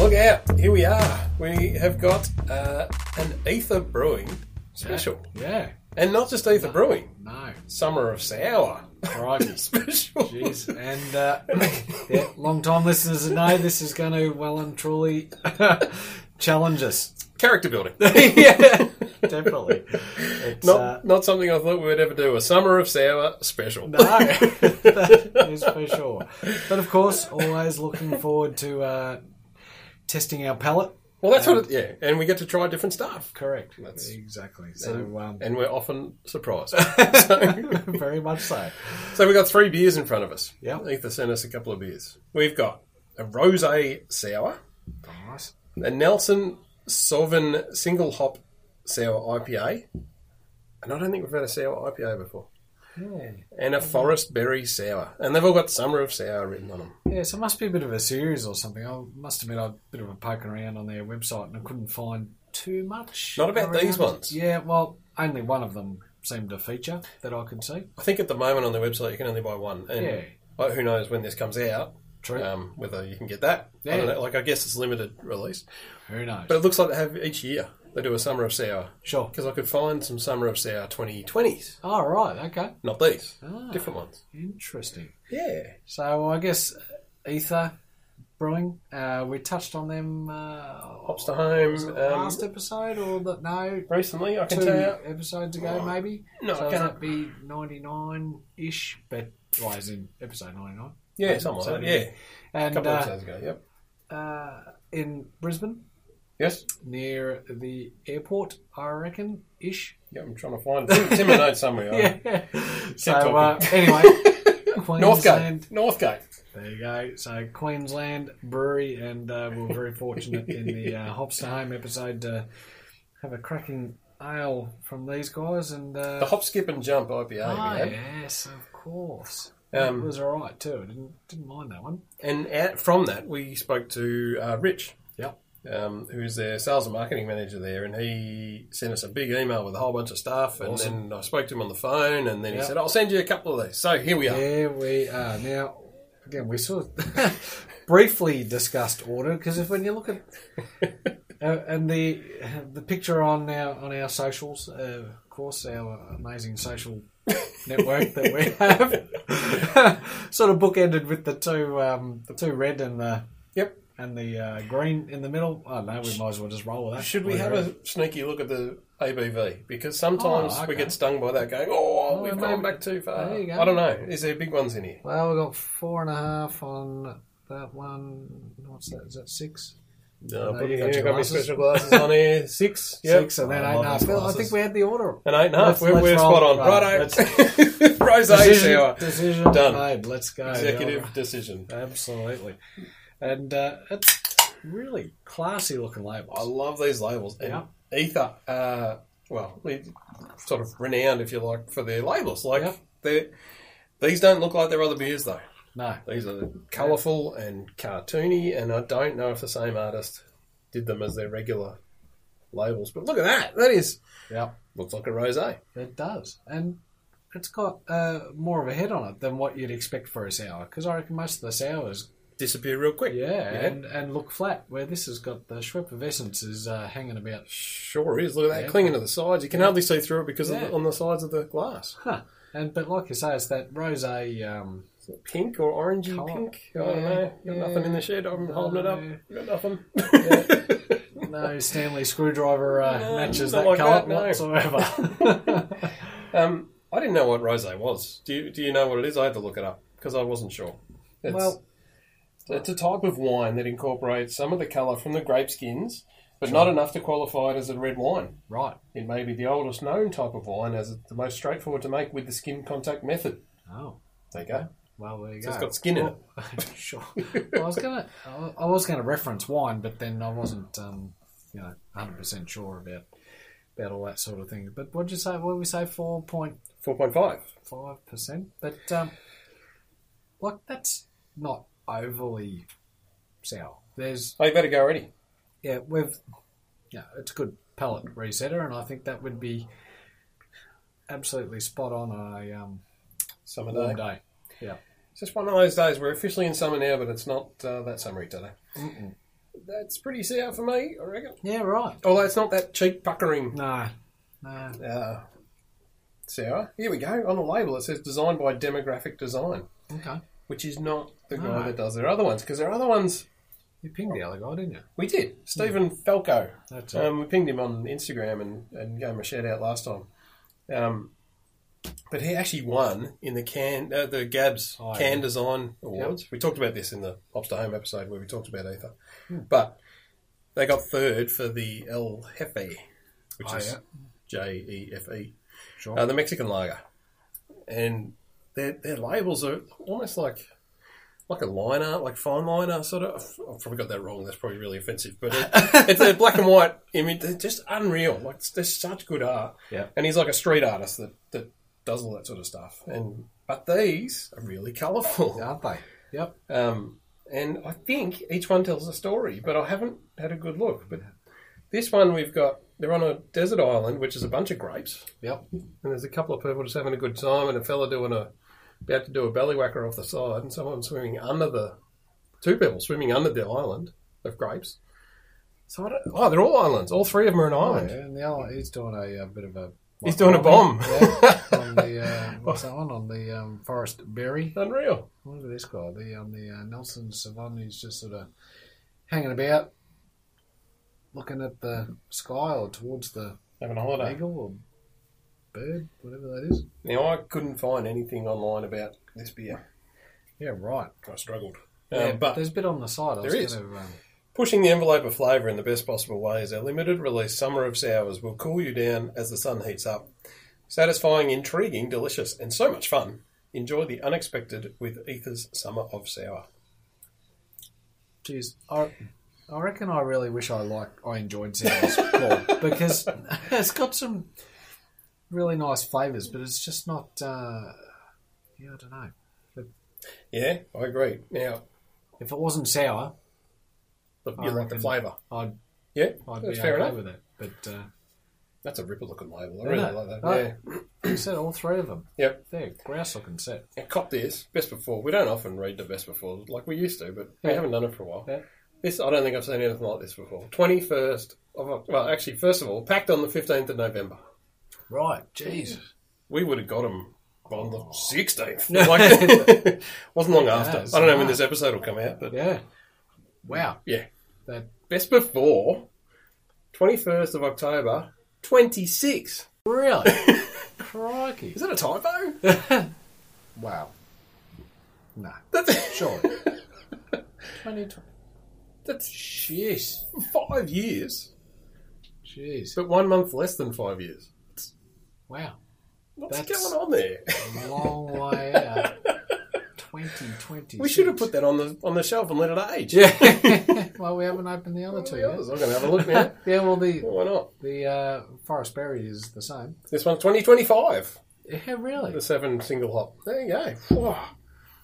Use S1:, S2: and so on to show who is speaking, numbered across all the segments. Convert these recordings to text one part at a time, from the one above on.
S1: here we are. We have got uh, an Ether Brewing special.
S2: Yeah.
S1: And not just Ether Brewing,
S2: No.
S1: Summer of Sour
S2: Crikey.
S1: special.
S2: Jeez. And uh, yeah, long time listeners know this is going to well and truly challenge us.
S1: Character building.
S2: yeah, definitely. It's,
S1: Not,
S2: uh,
S1: not something I thought we would ever do. A Summer of Sour special.
S2: no, that is for sure. But of course, always looking forward to uh, testing our palate.
S1: Well, that's
S2: Um,
S1: what it, yeah. And we get to try different stuff.
S2: Correct.
S1: That's-
S2: exactly. So, um,
S1: And we're often surprised. so,
S2: very much so.
S1: so we've got three beers in front of us.
S2: Yeah.
S1: Ether sent us a couple of beers. We've got a Rose Sour.
S2: Nice.
S1: a Nelson Sauvin single hop sour IPA. And I don't think we've had a sour IPA before.
S2: Yeah.
S1: And a forest berry sour. And they've all got summer of sour written on them.
S2: Yeah, so it must be a bit of a series or something. I must admit, I had a bit of a poking around on their website and I couldn't find too much.
S1: Not about
S2: around.
S1: these ones.
S2: Yeah, well, only one of them seemed to feature that I could see.
S1: I think at the moment on their website you can only buy one. And
S2: Yeah.
S1: like, who knows when this comes out,
S2: True.
S1: um, whether you can get that. I
S2: Yeah.
S1: don't know. Like, I guess it's limited release.
S2: Who knows?
S1: But it looks like they have each year. They do a summer of sour.
S2: sure.
S1: Because I could find some summer of sour 2020s.
S2: All right. Okay.
S1: Not these.
S2: Ah.
S1: Different ones.
S2: Interesting.
S1: Yeah.
S2: So I guess Ether Brewing. Uh, we touched on them. Uh,
S1: Hops to home.
S2: was it the
S1: Um,
S2: last episode or the, no?
S1: recently, Um, I can
S2: Two
S1: tell you.
S2: episodes ago,
S1: Oh,
S2: maybe.
S1: no, I
S2: so
S1: can't-
S2: that'd be ninety nine ish, but well, as in episode ninety nine.
S1: Yeah, something like that. Yeah. A
S2: And
S1: couple of
S2: uh,
S1: episodes ago, yep.
S2: uh, in Brisbane,
S1: Yes.
S2: near the airport, I reckon ish.
S1: Yeah, I'm trying to find it. It's in my notes somewhere.
S2: Yeah.
S1: Yeah.
S2: so
S1: Oh. talking.
S2: uh, anyway, Queensland.
S1: Northgate. Northgate.
S2: There you go. So Queensland Brewery, and uh, we are very fortunate in the uh, Hops to Home episode to have a cracking ale from these guys. And
S1: The
S2: uh,
S1: Hop, Skip and Jump IPA.
S2: ah,
S1: we had.
S2: yes, of course, it
S1: Um,
S2: was all right too. I didn't didn't mind that one.
S1: and out from that, we spoke to uh, Rich,
S2: Yep.
S1: um, who's their sales and marketing manager there, and he sent us a big email with a whole bunch of stuff. And
S2: Awesome.
S1: then I spoke to him on the phone, and then
S2: Yeah.
S1: he said, I'll send you a couple of these. So here we are.
S2: There we are. Now, again, we sort of briefly discussed order because if when you look at uh, and the the picture on our on our socials, uh, of course, our amazing social network that we have, sort of bookended with the two um, the two red and the
S1: Yep.
S2: and the uh, green in the middle. I don't know. We might as well just roll with that.
S1: Should we have a sneaky look at the ABV? Because sometimes
S2: Oh, okay.
S1: we get stung by that going, oh, we've
S2: maybe-
S1: gone back too far.
S2: There you go.
S1: I don't know. Is there big ones in here?
S2: Well, we got four and a half on that one. What's that? Is that six?
S1: No,
S2: No,
S1: put,
S2: you
S1: you
S2: got
S1: got,
S2: your
S1: me
S2: glasses.
S1: special glasses on here. Six, yep.
S2: Six and then
S1: I
S2: eight
S1: love
S2: and a half.
S1: those
S2: Well, I
S1: glasses.
S2: think we had the order
S1: An eight and a
S2: Let's-
S1: half. We're,
S2: let's
S1: we're
S2: roll.
S1: spot on.
S2: Right,
S1: Righto. Rose
S2: decision,
S1: sour.
S2: decision
S1: Done.
S2: made. Let's go.
S1: Executive decision.
S2: Yeah, Absolutely. And uh, it's really classy looking labels.
S1: I love these labels. And
S2: Yeah.
S1: Ether, uh, well, we- sort of renowned, if you like, for their labels. Like,
S2: Yeah.
S1: they're, these don't look like their other beers, though.
S2: No.
S1: These are colourful and cartoony, and I don't know if the same artist did them as their regular labels. But look at that. That is,
S2: Yeah.
S1: looks like a rose.
S2: It does. And it's got uh, more of a head on it than what you'd expect for a sour. Because I reckon most of the sours,
S1: Disappear real quick.
S2: yeah, And, and look flat. Where this has got the Schwepp of Essence is uh, hanging about.
S1: Sure is. Look at that
S2: Yeah.
S1: clinging to the sides. You can hardly see through it because
S2: Yeah.
S1: of the, on the sides of the glass.
S2: Huh. And But like you say, it's that rose um,
S1: Is it pink or orangey
S2: Colour.
S1: pink? I don't
S2: Yeah,
S1: know. Got nothing in
S2: yeah.
S1: the shed. I'm holding it up.
S2: No.
S1: Got nothing.
S2: no Stanley screwdriver uh,
S1: No,
S2: matches
S1: not
S2: that
S1: like
S2: colour
S1: that, no.
S2: whatsoever.
S1: um, I didn't know what rose was. Do you, do you know what it is? I had to look it up because I wasn't sure. It's,
S2: Well-
S1: it's a type of wine that incorporates some of the colour from the grape skins, but not enough to qualify it as a red wine.
S2: right.
S1: It may be the oldest known type of wine as it's the most straightforward to make with the skin contact method.
S2: Oh.
S1: There you go.
S2: Well, there you
S1: So
S2: go.
S1: it's got skin in
S2: Well, sure. Well, I was gonna, I I was gonna reference wine, but then I wasn't, um, you know, hundred percent sure about about all that sort of thing. But what'd you say? What did we say? Four point
S1: 4.5.
S2: five percent. But um, like that's not overly sour. There's
S1: Oh, you better go already.
S2: yeah, we've yeah, it's a good palate resetter, and I think that would be absolutely spot on on a um,
S1: Summer day.
S2: warm day.
S1: It's just one of those days. We're officially in summer now, but it's not uh, that summery today. That's pretty sour for me, I reckon.
S2: Yeah, right.
S1: Although it's not that cheek puckering
S2: No, no.
S1: uh, sour. Here we go. On the label, it says designed by Demographic Design,
S2: Okay.
S1: which is not the guy
S2: No.
S1: that does their other ones, because their other ones
S2: You pinged the other guy, didn't you?
S1: we did. Stephen Falco.
S2: That's it.
S1: Um, we pinged him on Instagram and, and gave him a shout out last time. Um, but he actually won in the can uh, the Gabs
S2: Oh,
S1: Can
S2: yeah.
S1: Design Awards. We talked about this in the Ops to Home episode where we talked about Ether.
S2: Hmm.
S1: But they got third for the El Jefe, which
S2: Oh,
S1: is
S2: yeah.
S1: J E F E,
S2: Sure.
S1: uh, the Mexican lager. And their, their labels are almost like like a liner, like fine liner sort of. I've probably got that wrong. That's probably really offensive, but it, it's a black and white image. They're just unreal. Like they're such good art.
S2: Yeah.
S1: And he's like a street artist that that does all that sort of stuff. And but these are really colourful.
S2: Aren't they? Yep.
S1: Um, and I think each one tells a story, but I haven't had a good look. But this one we've got. They're on a desert island, which is a bunch of grapes,
S2: Yep.
S1: and there's a couple of people just having a good time, and a fella doing a about to do a belly whacker off the side, and someone swimming under the two people swimming under the island of grapes. So I don't, oh, they're all islands. All three of them are an
S2: Oh,
S1: island.
S2: yeah. And the other, he's doing a, uh bit of a.
S1: He's doing a bomb.
S2: Yeah. on the uh, what's that one? On the um, forest berry.
S1: Unreal.
S2: Look at this guy. The um, the uh, Nelson Savon who's just sort of hanging about, looking at the sky or towards the
S1: Having a holiday.
S2: eagle or bird, whatever that is.
S1: Now I couldn't find anything online about this beer.
S2: Yeah, right.
S1: I struggled.
S2: Yeah,
S1: um, but
S2: there's a bit on the side. I
S1: There
S2: was
S1: is.
S2: Gonna, um,
S1: pushing the envelope of flavour in the best possible way is our limited release summer of sours will cool you down as the sun heats up. Satisfying, intriguing, delicious, and so much fun. Enjoy the unexpected with Ether's Summer of Sour.
S2: Jeez, I, I reckon I really wish I like I enjoyed sours more because it's got some really nice flavors, but it's just not. Uh, yeah, I don't know.
S1: Yeah, I agree. Now,
S2: If it wasn't sour,
S1: the,
S2: I
S1: you like the
S2: reckon-
S1: flavour.
S2: I'd
S1: Yeah,
S2: I'd
S1: that's
S2: be
S1: fair
S2: okay
S1: enough.
S2: with it. But uh,
S1: That's a ripper looking label. I
S2: Yeah,
S1: really
S2: no.
S1: like that.
S2: Oh.
S1: Yeah.
S2: you said all three of them.
S1: Yep.
S2: They're grouse looking set.
S1: Yeah, cop this. Best before. We don't often read the best before like we used to, but we
S2: Yeah.
S1: haven't done it for a while.
S2: Yeah.
S1: This I don't think I've seen anything like this before. Twenty first of well, actually, first of all, packed on the fifteenth of November.
S2: Right, jeez.
S1: We would have got them on the sixteenth.
S2: Oh. No.
S1: Like, wasn't long after.
S2: it's
S1: I don't know when
S2: not.
S1: this episode will come out, but
S2: Yeah. Wow.
S1: yeah,
S2: That
S1: best before twenty first of October, twenty six.
S2: really crikey.
S1: Is that a typo?
S2: Wow. No,
S1: That's
S2: surely. Twenty twenty.
S1: that's
S2: Jeez.
S1: five years,
S2: Jeez.
S1: but one month less than five years.
S2: Wow.
S1: What's
S2: That's-
S1: going on there?
S2: A long way out. Twenty twenty.
S1: We should have put that on the on the shelf and let it age.
S2: Yeah. well, we haven't opened the other two
S1: Yeah, I'm
S2: yet.
S1: going to have a look now.
S2: yeah. Well, the
S1: Why not?
S2: the uh, forest berry is the same.
S1: This one's 2025.
S2: Yeah. Really.
S1: The seven single hop. There you go. Whoa.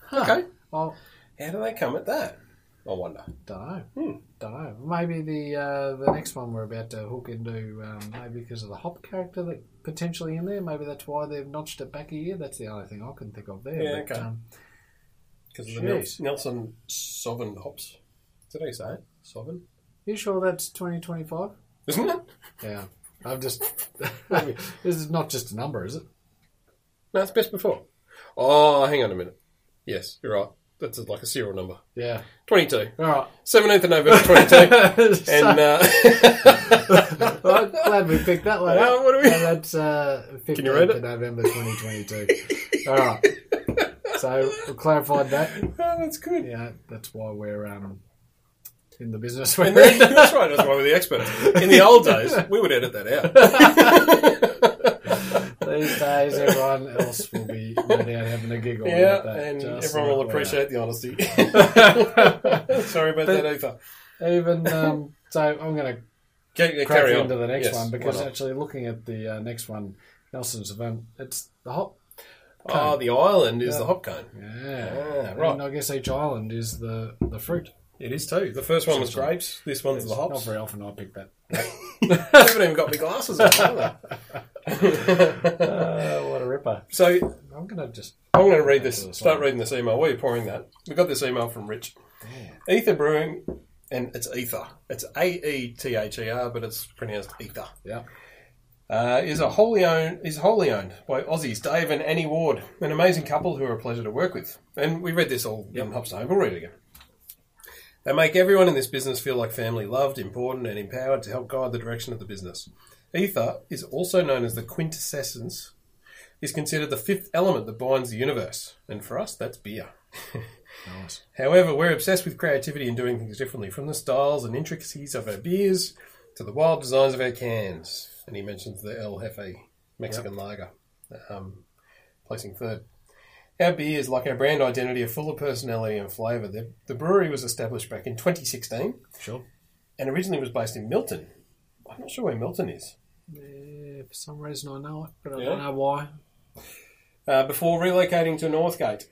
S2: Huh.
S1: Okay.
S2: Well,
S1: How do they come at that? I wonder.
S2: Don't know.
S1: Hmm.
S2: Don't know. Maybe the uh, the next one we're about to hook into, um, maybe because of the hop character that potentially in there. Maybe that's why they've notched it back a year. That's the only thing I can think of there.
S1: Yeah,
S2: but,
S1: okay.
S2: um,
S1: Because of the Nel-
S2: Jeez.
S1: Nelson Sovereign hops. Did I say it? Sovereign?
S2: you sure that's twenty twenty five?
S1: Isn't it?
S2: Yeah. I'm just. this is not just a number, is it?
S1: No, it's best before. Oh, hang on a minute. Yes, you're right. That's like a serial number.
S2: Yeah.
S1: 22.
S2: All right.
S1: 17th of November 22.
S2: So,
S1: and uh,
S2: I'm glad we picked that one.
S1: Well,
S2: up.
S1: what do we-
S2: And that's uh, 15th
S1: you read
S2: of
S1: it?
S2: November 2022. All right. So we clarified that.
S1: oh, that's good.
S2: Yeah, that's why we're um, in the business
S1: And
S2: we're
S1: then,
S2: in.
S1: that's right, that's why we're the experts. In the old days, we would edit that out.
S2: These days, everyone else will be no doubt having a giggle. at
S1: Yeah,
S2: that,
S1: and
S2: just
S1: everyone will
S2: like we are.
S1: appreciate the honesty. Sorry about
S2: But-
S1: that, Ether.
S2: Even um, so, I'm going to
S1: Ca-
S2: crack
S1: uh, Carry on
S2: into the next
S1: Yes,
S2: one because
S1: why not?
S2: actually, looking at the uh, next one, Nelson's event, it's the hop.
S1: oh, the island is
S2: Yeah.
S1: the hop cone.
S2: Yeah,
S1: Ah, right.
S2: And I guess each island is the the fruit.
S1: It is too. The first one was grapes. This one's the
S2: Not
S1: hops. I
S2: very often I pick that.
S1: haven't even got my glasses on. have I?
S2: Uh, what a ripper!
S1: so
S2: I'm going to just
S1: I'm going to read this.
S2: to the
S1: Start
S2: side.
S1: reading this email. While you're pouring that, we got this email from Rich.
S2: yeah.
S1: Ether Brewing and it's ether. It's A E T H E R, but it's pronounced ether.
S2: Yeah.
S1: Uh, is a wholly owned is wholly owned by Aussies Dave and Annie Ward, an amazing couple who are a pleasure to work with. And we read this all in Hopstone. We'll read it again. They make everyone in this business feel like family, loved, important, and empowered to help guide the direction of the business. Ether is also known as the quintessence. Is considered the fifth element that binds the universe, and for us, that's beer.
S2: Nice.
S1: However, we're obsessed with creativity and doing things differently, from the styles and intricacies of our beers to the wild designs of our cans. And he mentions the El Jefe Mexican lager, um, placing third. Our beers, like our brand identity, are full of personality and flavour. The, the brewery was established back in 2016
S2: Sure.
S1: and originally was based in Milton. I'm not sure where Milton is.
S2: Yeah, for some reason I know it, but I
S1: Yeah.
S2: don't know why.
S1: uh, before relocating to Northgate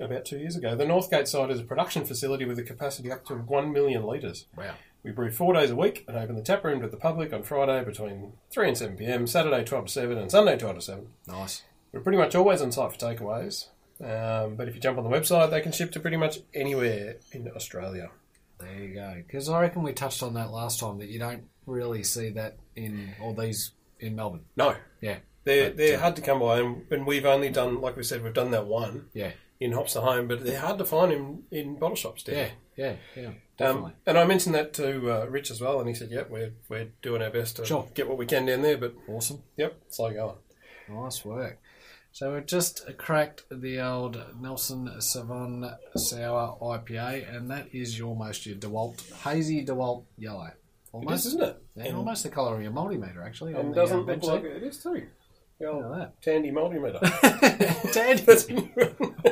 S1: about two years ago. The Northgate site is a production facility with a capacity up to 1 million litres.
S2: Wow.
S1: We brew four days a week and open the tap room to the public on Friday between 3 and 7 pm, Saturday 12 to 7, and Sunday 12 to 7.
S2: Nice.
S1: We're pretty much always on site for takeaways, um, but if you jump on the website, they can ship to pretty much anywhere in Australia.
S2: There you go. Because I reckon we touched on that last time that you don't really see that in all these in Melbourne.
S1: No.
S2: Yeah.
S1: They're,
S2: But,
S1: they're
S2: uh,
S1: hard to come by, and, and we've only done, like we said, we've done that one
S2: Yeah.
S1: in Hops to Home, but they're hard to find in, in bottle shops down
S2: Yeah. Yeah. Yeah. Definitely.
S1: Um, and I mentioned that to uh, Rich as well, and he said, "Yep, we're we're doing our best to
S2: Sure.
S1: get what we can down there." But
S2: awesome.
S1: yep, slow going.
S2: Nice work. So we've just cracked the old Nelson Savon Sour IPA, and that is your almost your Dewalt hazy Dewalt yellow,
S1: It is,
S2: almost
S1: isn't it?
S2: yeah,
S1: and,
S2: almost the colour of your multimeter actually. on
S1: and
S2: the,
S1: doesn't
S2: uh,
S1: look
S2: bench
S1: like
S2: there.
S1: it. It is too. The old
S2: Look at
S1: Tandy multimeter.
S2: that. Tandy.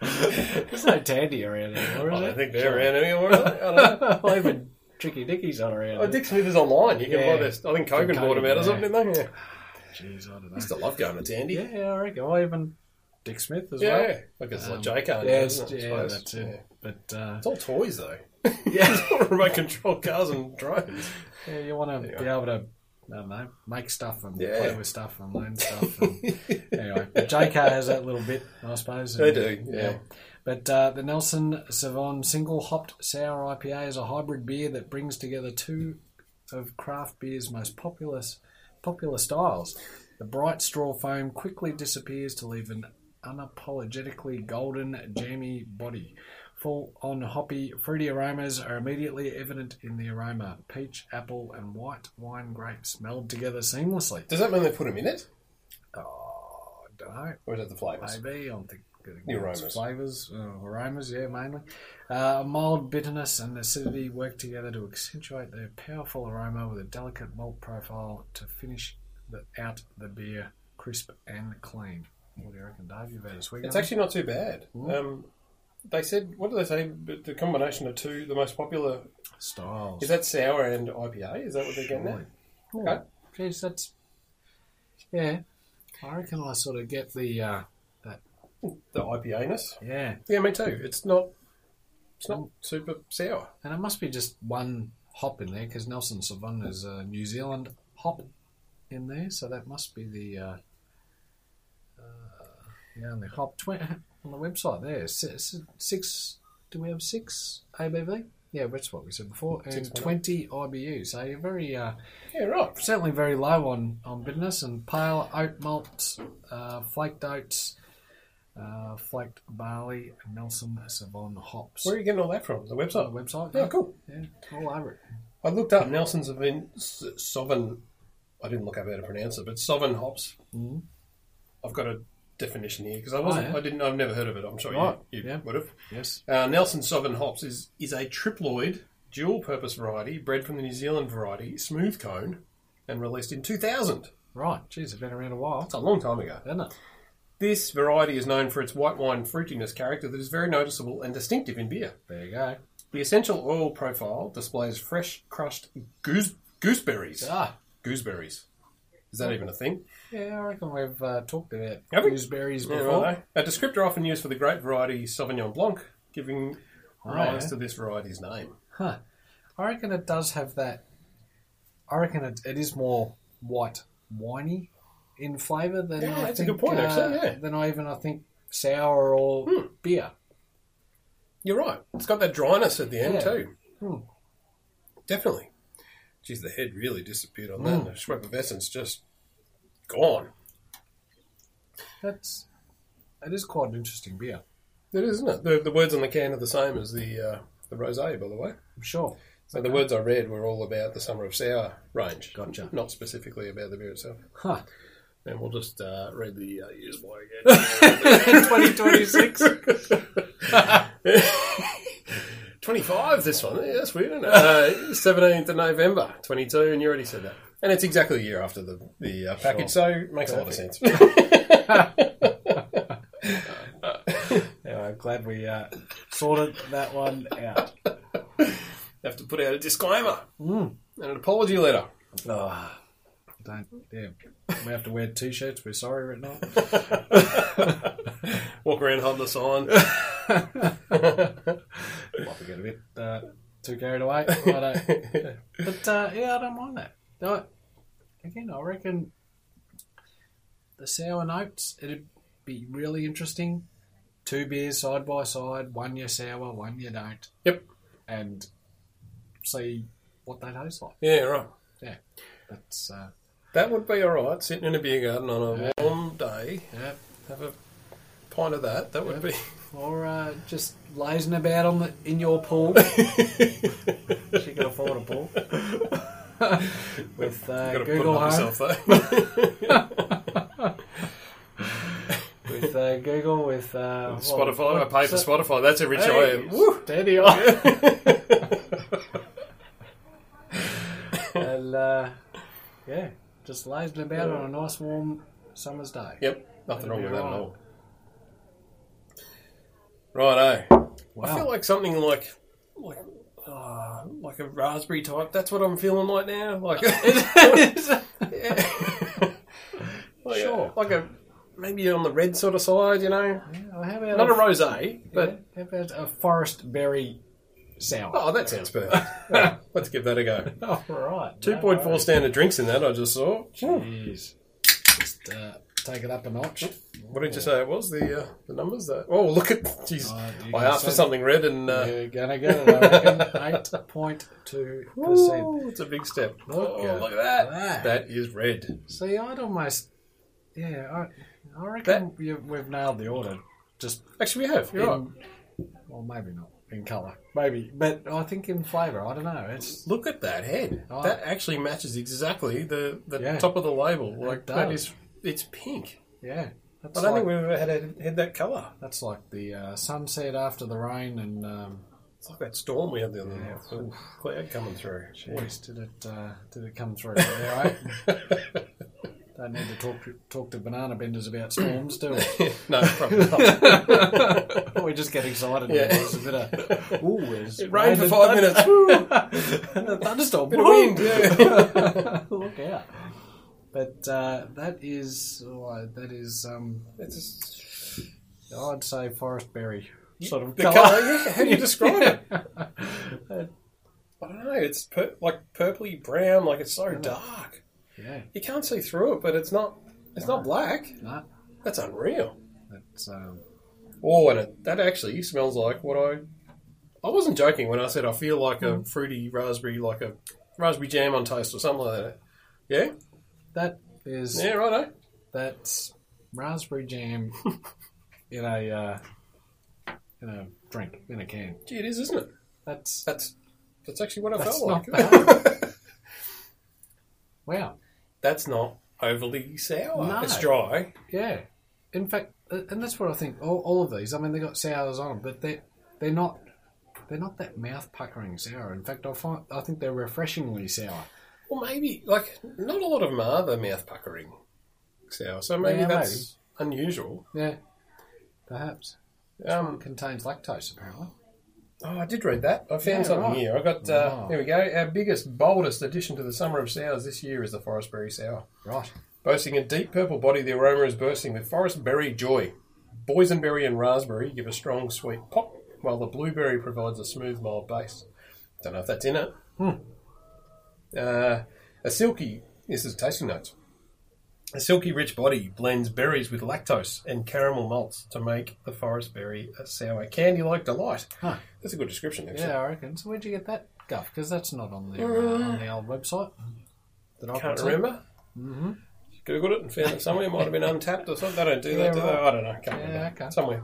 S2: There's no Tandy around anymore,
S1: Oh, I
S2: is
S1: don't
S2: there?
S1: think they're around anymore. are they? I don't know.
S2: Well, Even Tricky Dicky's not around.
S1: Oh, Dick Smith is online. You can
S2: Yeah.
S1: buy this. I think Cogan bought him out or
S2: Kogan,
S1: something, didn't they? Yeah.
S2: Jeez, I don't
S1: I
S2: know.
S1: used to love going to Tandy.
S2: Yeah, yeah, I reckon. Or even Dick Smith as
S1: Yeah,
S2: well.
S1: yeah. Like it's
S2: Um,
S1: like JCar.
S2: yeah,
S1: isn't
S2: it's-
S1: it, I
S2: yeah,
S1: suppose?
S2: that's it. But uh,
S1: It's all toys though.
S2: yeah.
S1: It's all remote control cars and drones.
S2: Yeah, you want to be able to, I don't know, make stuff and
S1: Yeah.
S2: play with stuff and learn stuff. And anyway, but JK has that little bit, I suppose.
S1: They
S2: and-
S1: do, yeah.
S2: But uh, the Nelson Savon Single Hopped Sour IPA is a hybrid beer that brings together two of craft beer's most popular, popular styles. The bright straw foam quickly disappears to leave an unapologetically golden, jammy body. Full on hoppy, fruity aromas are immediately evident in the aroma. Peach, apple, and white wine grapes meld together seamlessly.
S1: Does that mean they put them in it,
S2: Oh, I don't know.
S1: or is it the flavors?
S2: Maybe I'm thinking
S1: The
S2: it's
S1: aromas.
S2: flavors, uh, aromas, yeah, mainly. Uh, mild bitterness and acidity work together to accentuate their powerful aroma with a delicate malt profile to finish the, out the beer crisp and clean. What do you reckon, Dave? You've had a sweet
S1: It's
S2: one?
S1: actually not too bad.
S2: Hmm.
S1: Um, they said, what do they say? But The combination of two, the most popular
S2: styles.
S1: is that sour and IPA. Is that what they're getting at?
S2: Surely.
S1: Okay.
S2: Oh, Jeez, that's yeah. I reckon I sort of get the uh,
S1: The IPA ness.
S2: yeah,
S1: Yeah, me too. It's not. It's not super sour.
S2: and it must be just one hop in there because Nelson Savon is a New Zealand hop in there, so that must be the uh, uh, the only hop tw- on the website. There, six, six. Do we have six ABV? Yeah, that's what we said before,
S1: Six
S2: and
S1: point
S2: twenty IBU. So you're very uh,
S1: Yeah, right.
S2: certainly very low on, on bitterness and pale oat malts, uh, flaked oats, uh, flaked barley, and Nelson Savon hops.
S1: Where are you getting all that from? The
S2: on
S1: website.
S2: the website?
S1: Yeah, cool.
S2: Yeah, all over it.
S1: I looked up Nelson's event S- Sovereign. I didn't look up how to pronounce it, but Sovereign hops.
S2: Mhm.
S1: I've got a definition here because I wasn't.
S2: Oh, yeah.
S1: I didn't. I've never heard of it. I'm sure
S2: Right,
S1: you, you
S2: yeah.
S1: would have.
S2: Yes.
S1: Uh, Nelson Sovereign Hops is, is a triploid dual purpose variety bred from the New Zealand variety Smooth Cone and released in 2000.
S2: Right. Jeez, it's been around a while,
S1: That's a long time ago.
S2: hasn't it?
S1: This variety is known for its white wine fruitiness character that is very noticeable and distinctive in beer.
S2: There you go.
S1: The essential oil profile displays fresh crushed goose, gooseberries.
S2: Ah,
S1: Gooseberries. Is that even a thing?
S2: yeah, I reckon we've uh, talked about
S1: Have we?
S2: gooseberries
S1: Yeah,
S2: before.
S1: righto. A descriptor often used for the grape variety Sauvignon Blanc, giving
S2: Right. eh?
S1: rise to this variety's name.
S2: Huh. I reckon it does have that. I reckon it, it is more white winey in flavour than
S1: Yeah,
S2: I
S1: that's a
S2: think,
S1: good point,
S2: uh,
S1: actually, yeah.
S2: Than I even I think sour or beer.
S1: You're right. It's got that dryness at the end
S2: Yeah.
S1: too.
S2: Hmm.
S1: Definitely. Geez, the head really disappeared on
S2: Hmm.
S1: that. The schwepp of essence just gone.
S2: That's that is quite an interesting beer.
S1: It is, isn't it? The, the words on the can are the same as the uh, the rosé, by the way.
S2: I'm sure.
S1: So the words I read were all about the Summer of Sour range.
S2: Gotcha.
S1: Not specifically about the beer itself.
S2: Huh.
S1: And we'll just uh, read the uh, years by again.
S2: 2026.
S1: 25, this one. Yeah, that's weird, isn't it? Uh, 17th of November, 22, and you already said that. And it's exactly a year after the, the uh, package, so it makes a lot of sense.
S2: yeah, I'm glad we uh, sorted that one out.
S1: have to put out a disclaimer Mm. and an apology letter.
S2: Oh, don't. Yeah, we have to wear t-shirts. We're sorry written on.
S1: Walk around, hold the sign.
S2: Might be getting a bit uh, too carried away. I don't. But uh, yeah, I don't mind that. I, again, I reckon the sour notes. It'd be really interesting. Two beers side by side. One you sour, one you don't,
S1: yep.
S2: and see what they taste like.
S1: Yeah, right.
S2: Yeah, that's uh,
S1: That would be all right, sitting in a beer garden on a warm day.
S2: yeah.
S1: Have a pint of that. That would be.
S2: Or uh, just lazing about on the, in your pool. she can afford a pool. With uh,
S1: Gotta put it eh?
S2: Google
S1: on
S2: Home,
S1: myself, though.
S2: with uh, Google, with uh, what-
S1: Spotify. I pay for Spotify. That's a rich I
S2: Hey,
S1: am. Woo!
S2: steady on. and uh, yeah, just lazing about on a nice warm summer's day.
S1: Yep. Nothing wrong
S2: That'd
S1: with
S2: be
S1: that at
S2: right.
S1: all. Righto.
S2: Wow.
S1: I feel like something like like uh, like a raspberry type. That's what I'm feeling like now. Like like
S2: Sure.
S1: a, like a maybe on the red sort of side. You know,
S2: Well, how about
S1: not a
S2: a,
S1: rosé, but
S2: but how about a forest berry sour?
S1: oh, that sounds perfect. Yeah, let's give that a go.
S2: All right,
S1: Oh. Two point four standard drinks in that. I just saw.
S2: Hmm. Jeez, just uh, take it up a notch.
S1: What did you say it was? The uh, the numbers that? Oh, look at jeez.
S2: Oh, you
S1: I
S2: can
S1: asked for
S2: say-
S1: something red and uh,
S2: You're gonna get it. I reckon eight point two percent.
S1: ooh, it's a big step.
S2: Look
S1: oh,
S2: at
S1: look at that.
S2: that.
S1: That is red.
S2: See, I'd almost, yeah, I, I reckon you, we've nailed the order. Just
S1: Actually, we have.
S2: in,
S1: You're right.
S2: well, maybe not in colour, maybe, but I think in flavour. I don't know. It's
S1: Look at that head.
S2: Oh.
S1: That actually matches exactly the, the
S2: Yeah.
S1: top of the label. Like that
S2: does.
S1: is it's pink.
S2: yeah. That's
S1: I don't
S2: like,
S1: think we've ever had a, had that colour.
S2: that's like the uh, sunset after the rain, and um,
S1: It's like that storm we had the other
S2: Yeah.
S1: night. The cloud coming through.
S2: geez, did it uh, did it come through? All right. don't need to talk to, talk to banana benders about storms, do we?
S1: no, probably not.
S2: we just get excited.
S1: Yeah.
S2: It's a bit of ooh, it's
S1: It rained for
S2: raining
S1: five minutes. Woo!
S2: thunder- thunderstorm,
S1: Bit of wind. Yeah.
S2: Look out! But uh, that is oh, that is um,
S1: It's-
S2: I'd say forest berry sort of
S1: the
S2: colour.
S1: colour, yeah, how do you describe it?
S2: it?
S1: I don't know. It's pur- like purpley brown. Like it's
S2: Mm.
S1: so dark.
S2: Yeah,
S1: You can't see through it, but it's not. It's not black.
S2: no,
S1: That's unreal.
S2: that's um,
S1: Oh, and it, that actually smells like what I. I wasn't joking when I said I feel like a
S2: Mm.
S1: fruity raspberry, like a raspberry jam on toast or something like that. Yeah,
S2: that is
S1: yeah, eh? righto.
S2: that's raspberry jam in a uh, in a drink in a can.
S1: Gee, it is, isn't it?
S2: That's
S1: That's that's actually what I
S2: That's
S1: felt
S2: not
S1: like.
S2: wow.
S1: that's not overly sour.
S2: No.
S1: It's dry.
S2: Yeah. In fact, uh, and that's what I think. All, all of these. I mean, they got sours on them, but they they're not they're not that mouth puckering sour. In fact, I find I think they're refreshingly sour.
S1: Well, maybe like not a lot of them are the mouth puckering sour, so maybe
S2: Yeah,
S1: that's unusual.
S2: Yeah, perhaps
S1: Um,
S2: contains lactose apparently.
S1: oh, I did read that. I found
S2: Yeah,
S1: something
S2: right.
S1: here. I got uh,
S2: Oh.
S1: here we go. Our biggest, boldest addition to the summer of sours this year is the forest berry sour.
S2: Right.
S1: Boasting a deep purple body, the aroma is bursting with forest berry joy. Boysenberry and raspberry give a strong, sweet pop, while the blueberry provides a smooth, mild base. Don't know if that's in it. Hmm. Uh, a silky, this is tasting notes. The silky rich body blends berries with lactose and caramel malts to make the forest berry a sour candy like delight.
S2: Huh.
S1: That's a good description, actually.
S2: Yeah, I reckon. So where'd you get that, Guff? Because that's not on the uh, on the old website. That I
S1: Can't
S2: see.
S1: remember. Mm-hmm. Googled it and found it somewhere. Might have been untapped or something. They don't do
S2: Yeah,
S1: that, do they?
S2: right.
S1: I don't know. Can't remember.
S2: Yeah, okay.
S1: Somewhere.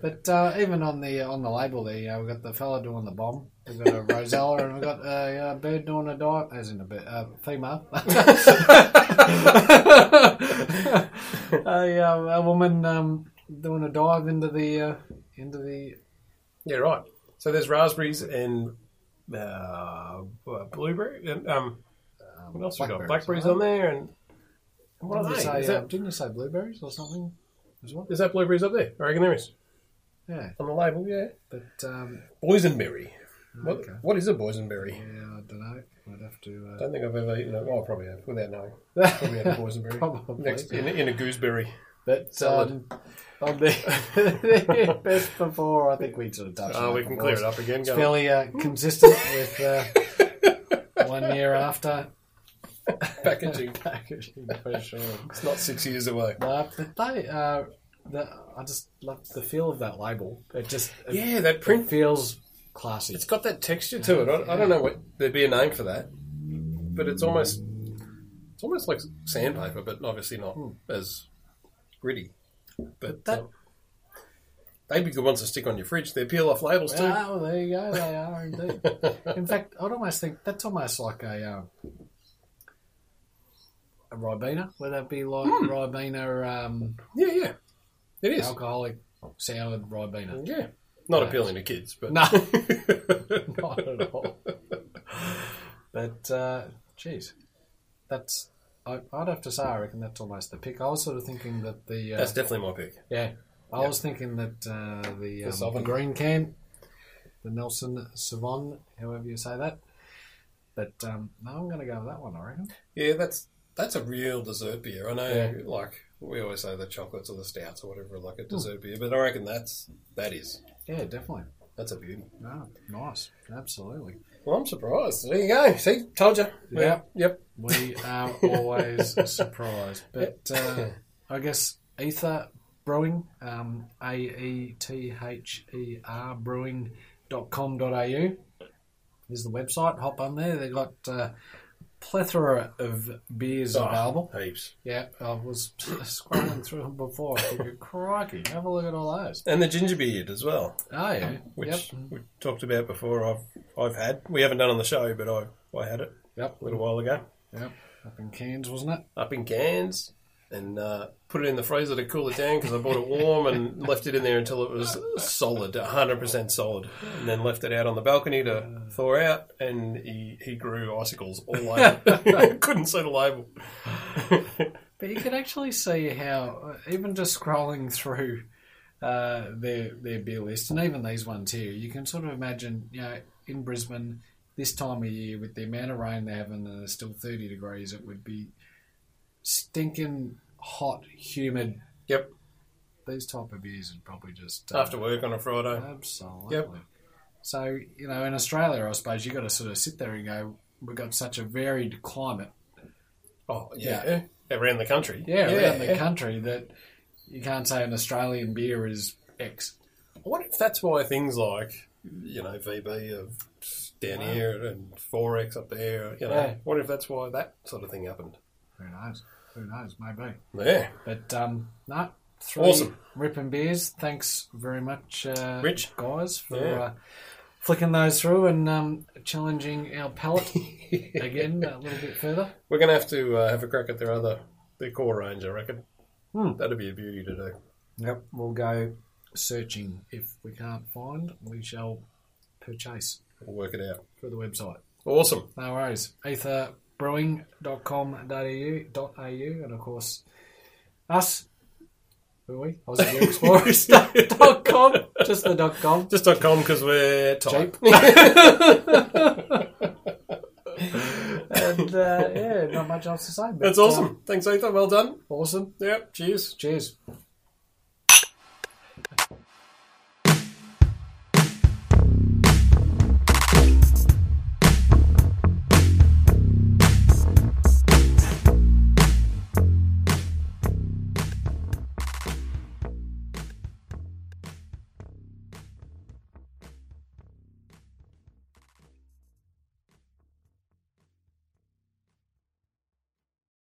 S2: But uh, even on the on the label there, you know, we've got the fella doing the bomb, we've got a Rosella, and we've got a uh, bird doing a dive, as in a bit, uh, female. a, um, a woman um, doing a dive into the uh, into the
S1: Yeah, right. So there's raspberries and uh, blueberry. And, um, what else we got?
S2: blackberries,
S1: Blackberries
S2: right?
S1: on there and and what
S2: didn't
S1: are
S2: you,
S1: they?
S2: say,
S1: Is
S2: uh,
S1: that,
S2: didn't you say blueberries or something? As well?
S1: is that blueberries up there? I reckon there is
S2: Yeah,
S1: on the label. Yeah,
S2: but um,
S1: boysenberry. What,
S2: Okay.
S1: what is a boysenberry?
S2: yeah, I don't know. I'd have to.
S1: I
S2: Uh,
S1: don't think I've ever eaten it. Oh, I probably have, without knowing. Probably had a boysenberry.
S2: Probably.
S1: Next, in, in a gooseberry.
S2: But
S1: Salad.
S2: um, on the best before, I think we sort of touched.
S1: Oh,
S2: on
S1: we
S2: that
S1: can
S2: before.
S1: clear it up again.
S2: It's
S1: Go on.
S2: fairly uh, consistent with uh, one year after
S1: Packaging.
S2: packaging for sure.
S1: It's not six years away.
S2: No, but they, uh, the, I just love the feel of that label. It just it,
S1: Yeah, that
S2: it
S1: print.
S2: feels classy.
S1: It's got that texture to it. I, I don't know what there'd be a name for that, but it's almost it's almost like sandpaper, but obviously not as gritty. But
S2: that-
S1: um, they'd be good ones to stick on your fridge. They peel off labels too.
S2: Oh, there you go. They are indeed. In fact, I'd almost think that's almost like a um, a ribena. Would that be like ribena? Um,
S1: yeah, yeah, it is.
S2: alcoholic soured ribena.
S1: Yeah, not
S2: Yeah.
S1: appealing to kids, but
S2: No, not at all. But uh, geez, that's I, I'd have to say I reckon that's almost the pick. I was sort of thinking that the uh,
S1: that's definitely my pick.
S2: yeah, I was thinking that uh, the, um, the
S1: Sauvignon.
S2: green can, the Nelson Savon, however you say that. But um, no, I'm going to go with that one. I reckon.
S1: Yeah, that's that's a real dessert beer. I know,
S2: Yeah. Hmm.
S1: like we always say, the chocolates or the stouts or whatever, are like a dessert beer. But I reckon that's that is
S2: Yeah, definitely.
S1: that's a beauty.
S2: No, Ah, nice, absolutely.
S1: Well, I'm surprised. There you go. See, told you.
S2: Yeah.
S1: Yep.
S2: We are always surprised. But uh, I guess Ether Brewing, um, A E T H E R brewing.com.au is the website. Hop on there. They've got uh, plethora of beers available.
S1: Heaps.
S2: Yeah, I was scrolling through them before. I thinking, crikey, have a look at all those.
S1: And the ginger beard as well,
S2: Oh, yeah.
S1: which
S2: Yep.
S1: we talked about before. I've I've had. We haven't done on the show, but I I had it
S2: Yep.
S1: a little while ago
S2: Yep. Up in Cairns, wasn't it?
S1: up in cans. And uh, put it in the freezer to cool it down because I bought it warm and left it in there until it was solid, 100% solid. And then left it out on the balcony to thaw out, and he, he grew icicles all over. Couldn't see the label.
S2: But you could actually see how, uh, even just scrolling through uh, their their beer list, and even these ones here, you can sort of imagine, you know, in Brisbane this time of year with the amount of rain they're having and it's still thirty degrees, it would be stinking hot, humid.
S1: Yep.
S2: These type of beers would probably just uh,
S1: After work on a Friday.
S2: Absolutely. So you know, in Australia, I suppose you got to sort of sit there and go, "We've got such a varied climate."
S1: Oh yeah, around the country.
S2: yeah, around the country that you can't say an Australian beer is X.
S1: What if that's why things like you know VB of down here and Forex up there, you know,
S2: Yeah.
S1: what if that's why that sort of thing happened?
S2: Who knows? Who knows? Maybe.
S1: Yeah,
S2: But um, no, three
S1: Awesome.
S2: ripping beers. Thanks very much, uh,
S1: Rich.
S2: guys, for
S1: Yeah.
S2: uh, flicking those through and um, challenging our palate again a little bit further.
S1: we're gonna have to uh, have a crack at their other their core range, I reckon.
S2: Hmm.
S1: That'd be a beauty to do.
S2: Yep, we'll go searching. If we can't find, we shall purchase
S1: We'll work it out.
S2: through the website.
S1: Awesome.
S2: No worries. Etherbrewing.com.au au, and of course us. Who are we? AussieBeerExplorers.com. Just the dot com.
S1: Just dot com because we're tight.
S2: And uh, yeah, not much else to say. but,
S1: That's
S2: uh,
S1: awesome. Thanks, Ethan. Well done.
S2: awesome.
S1: Yep. Cheers.
S2: Cheers.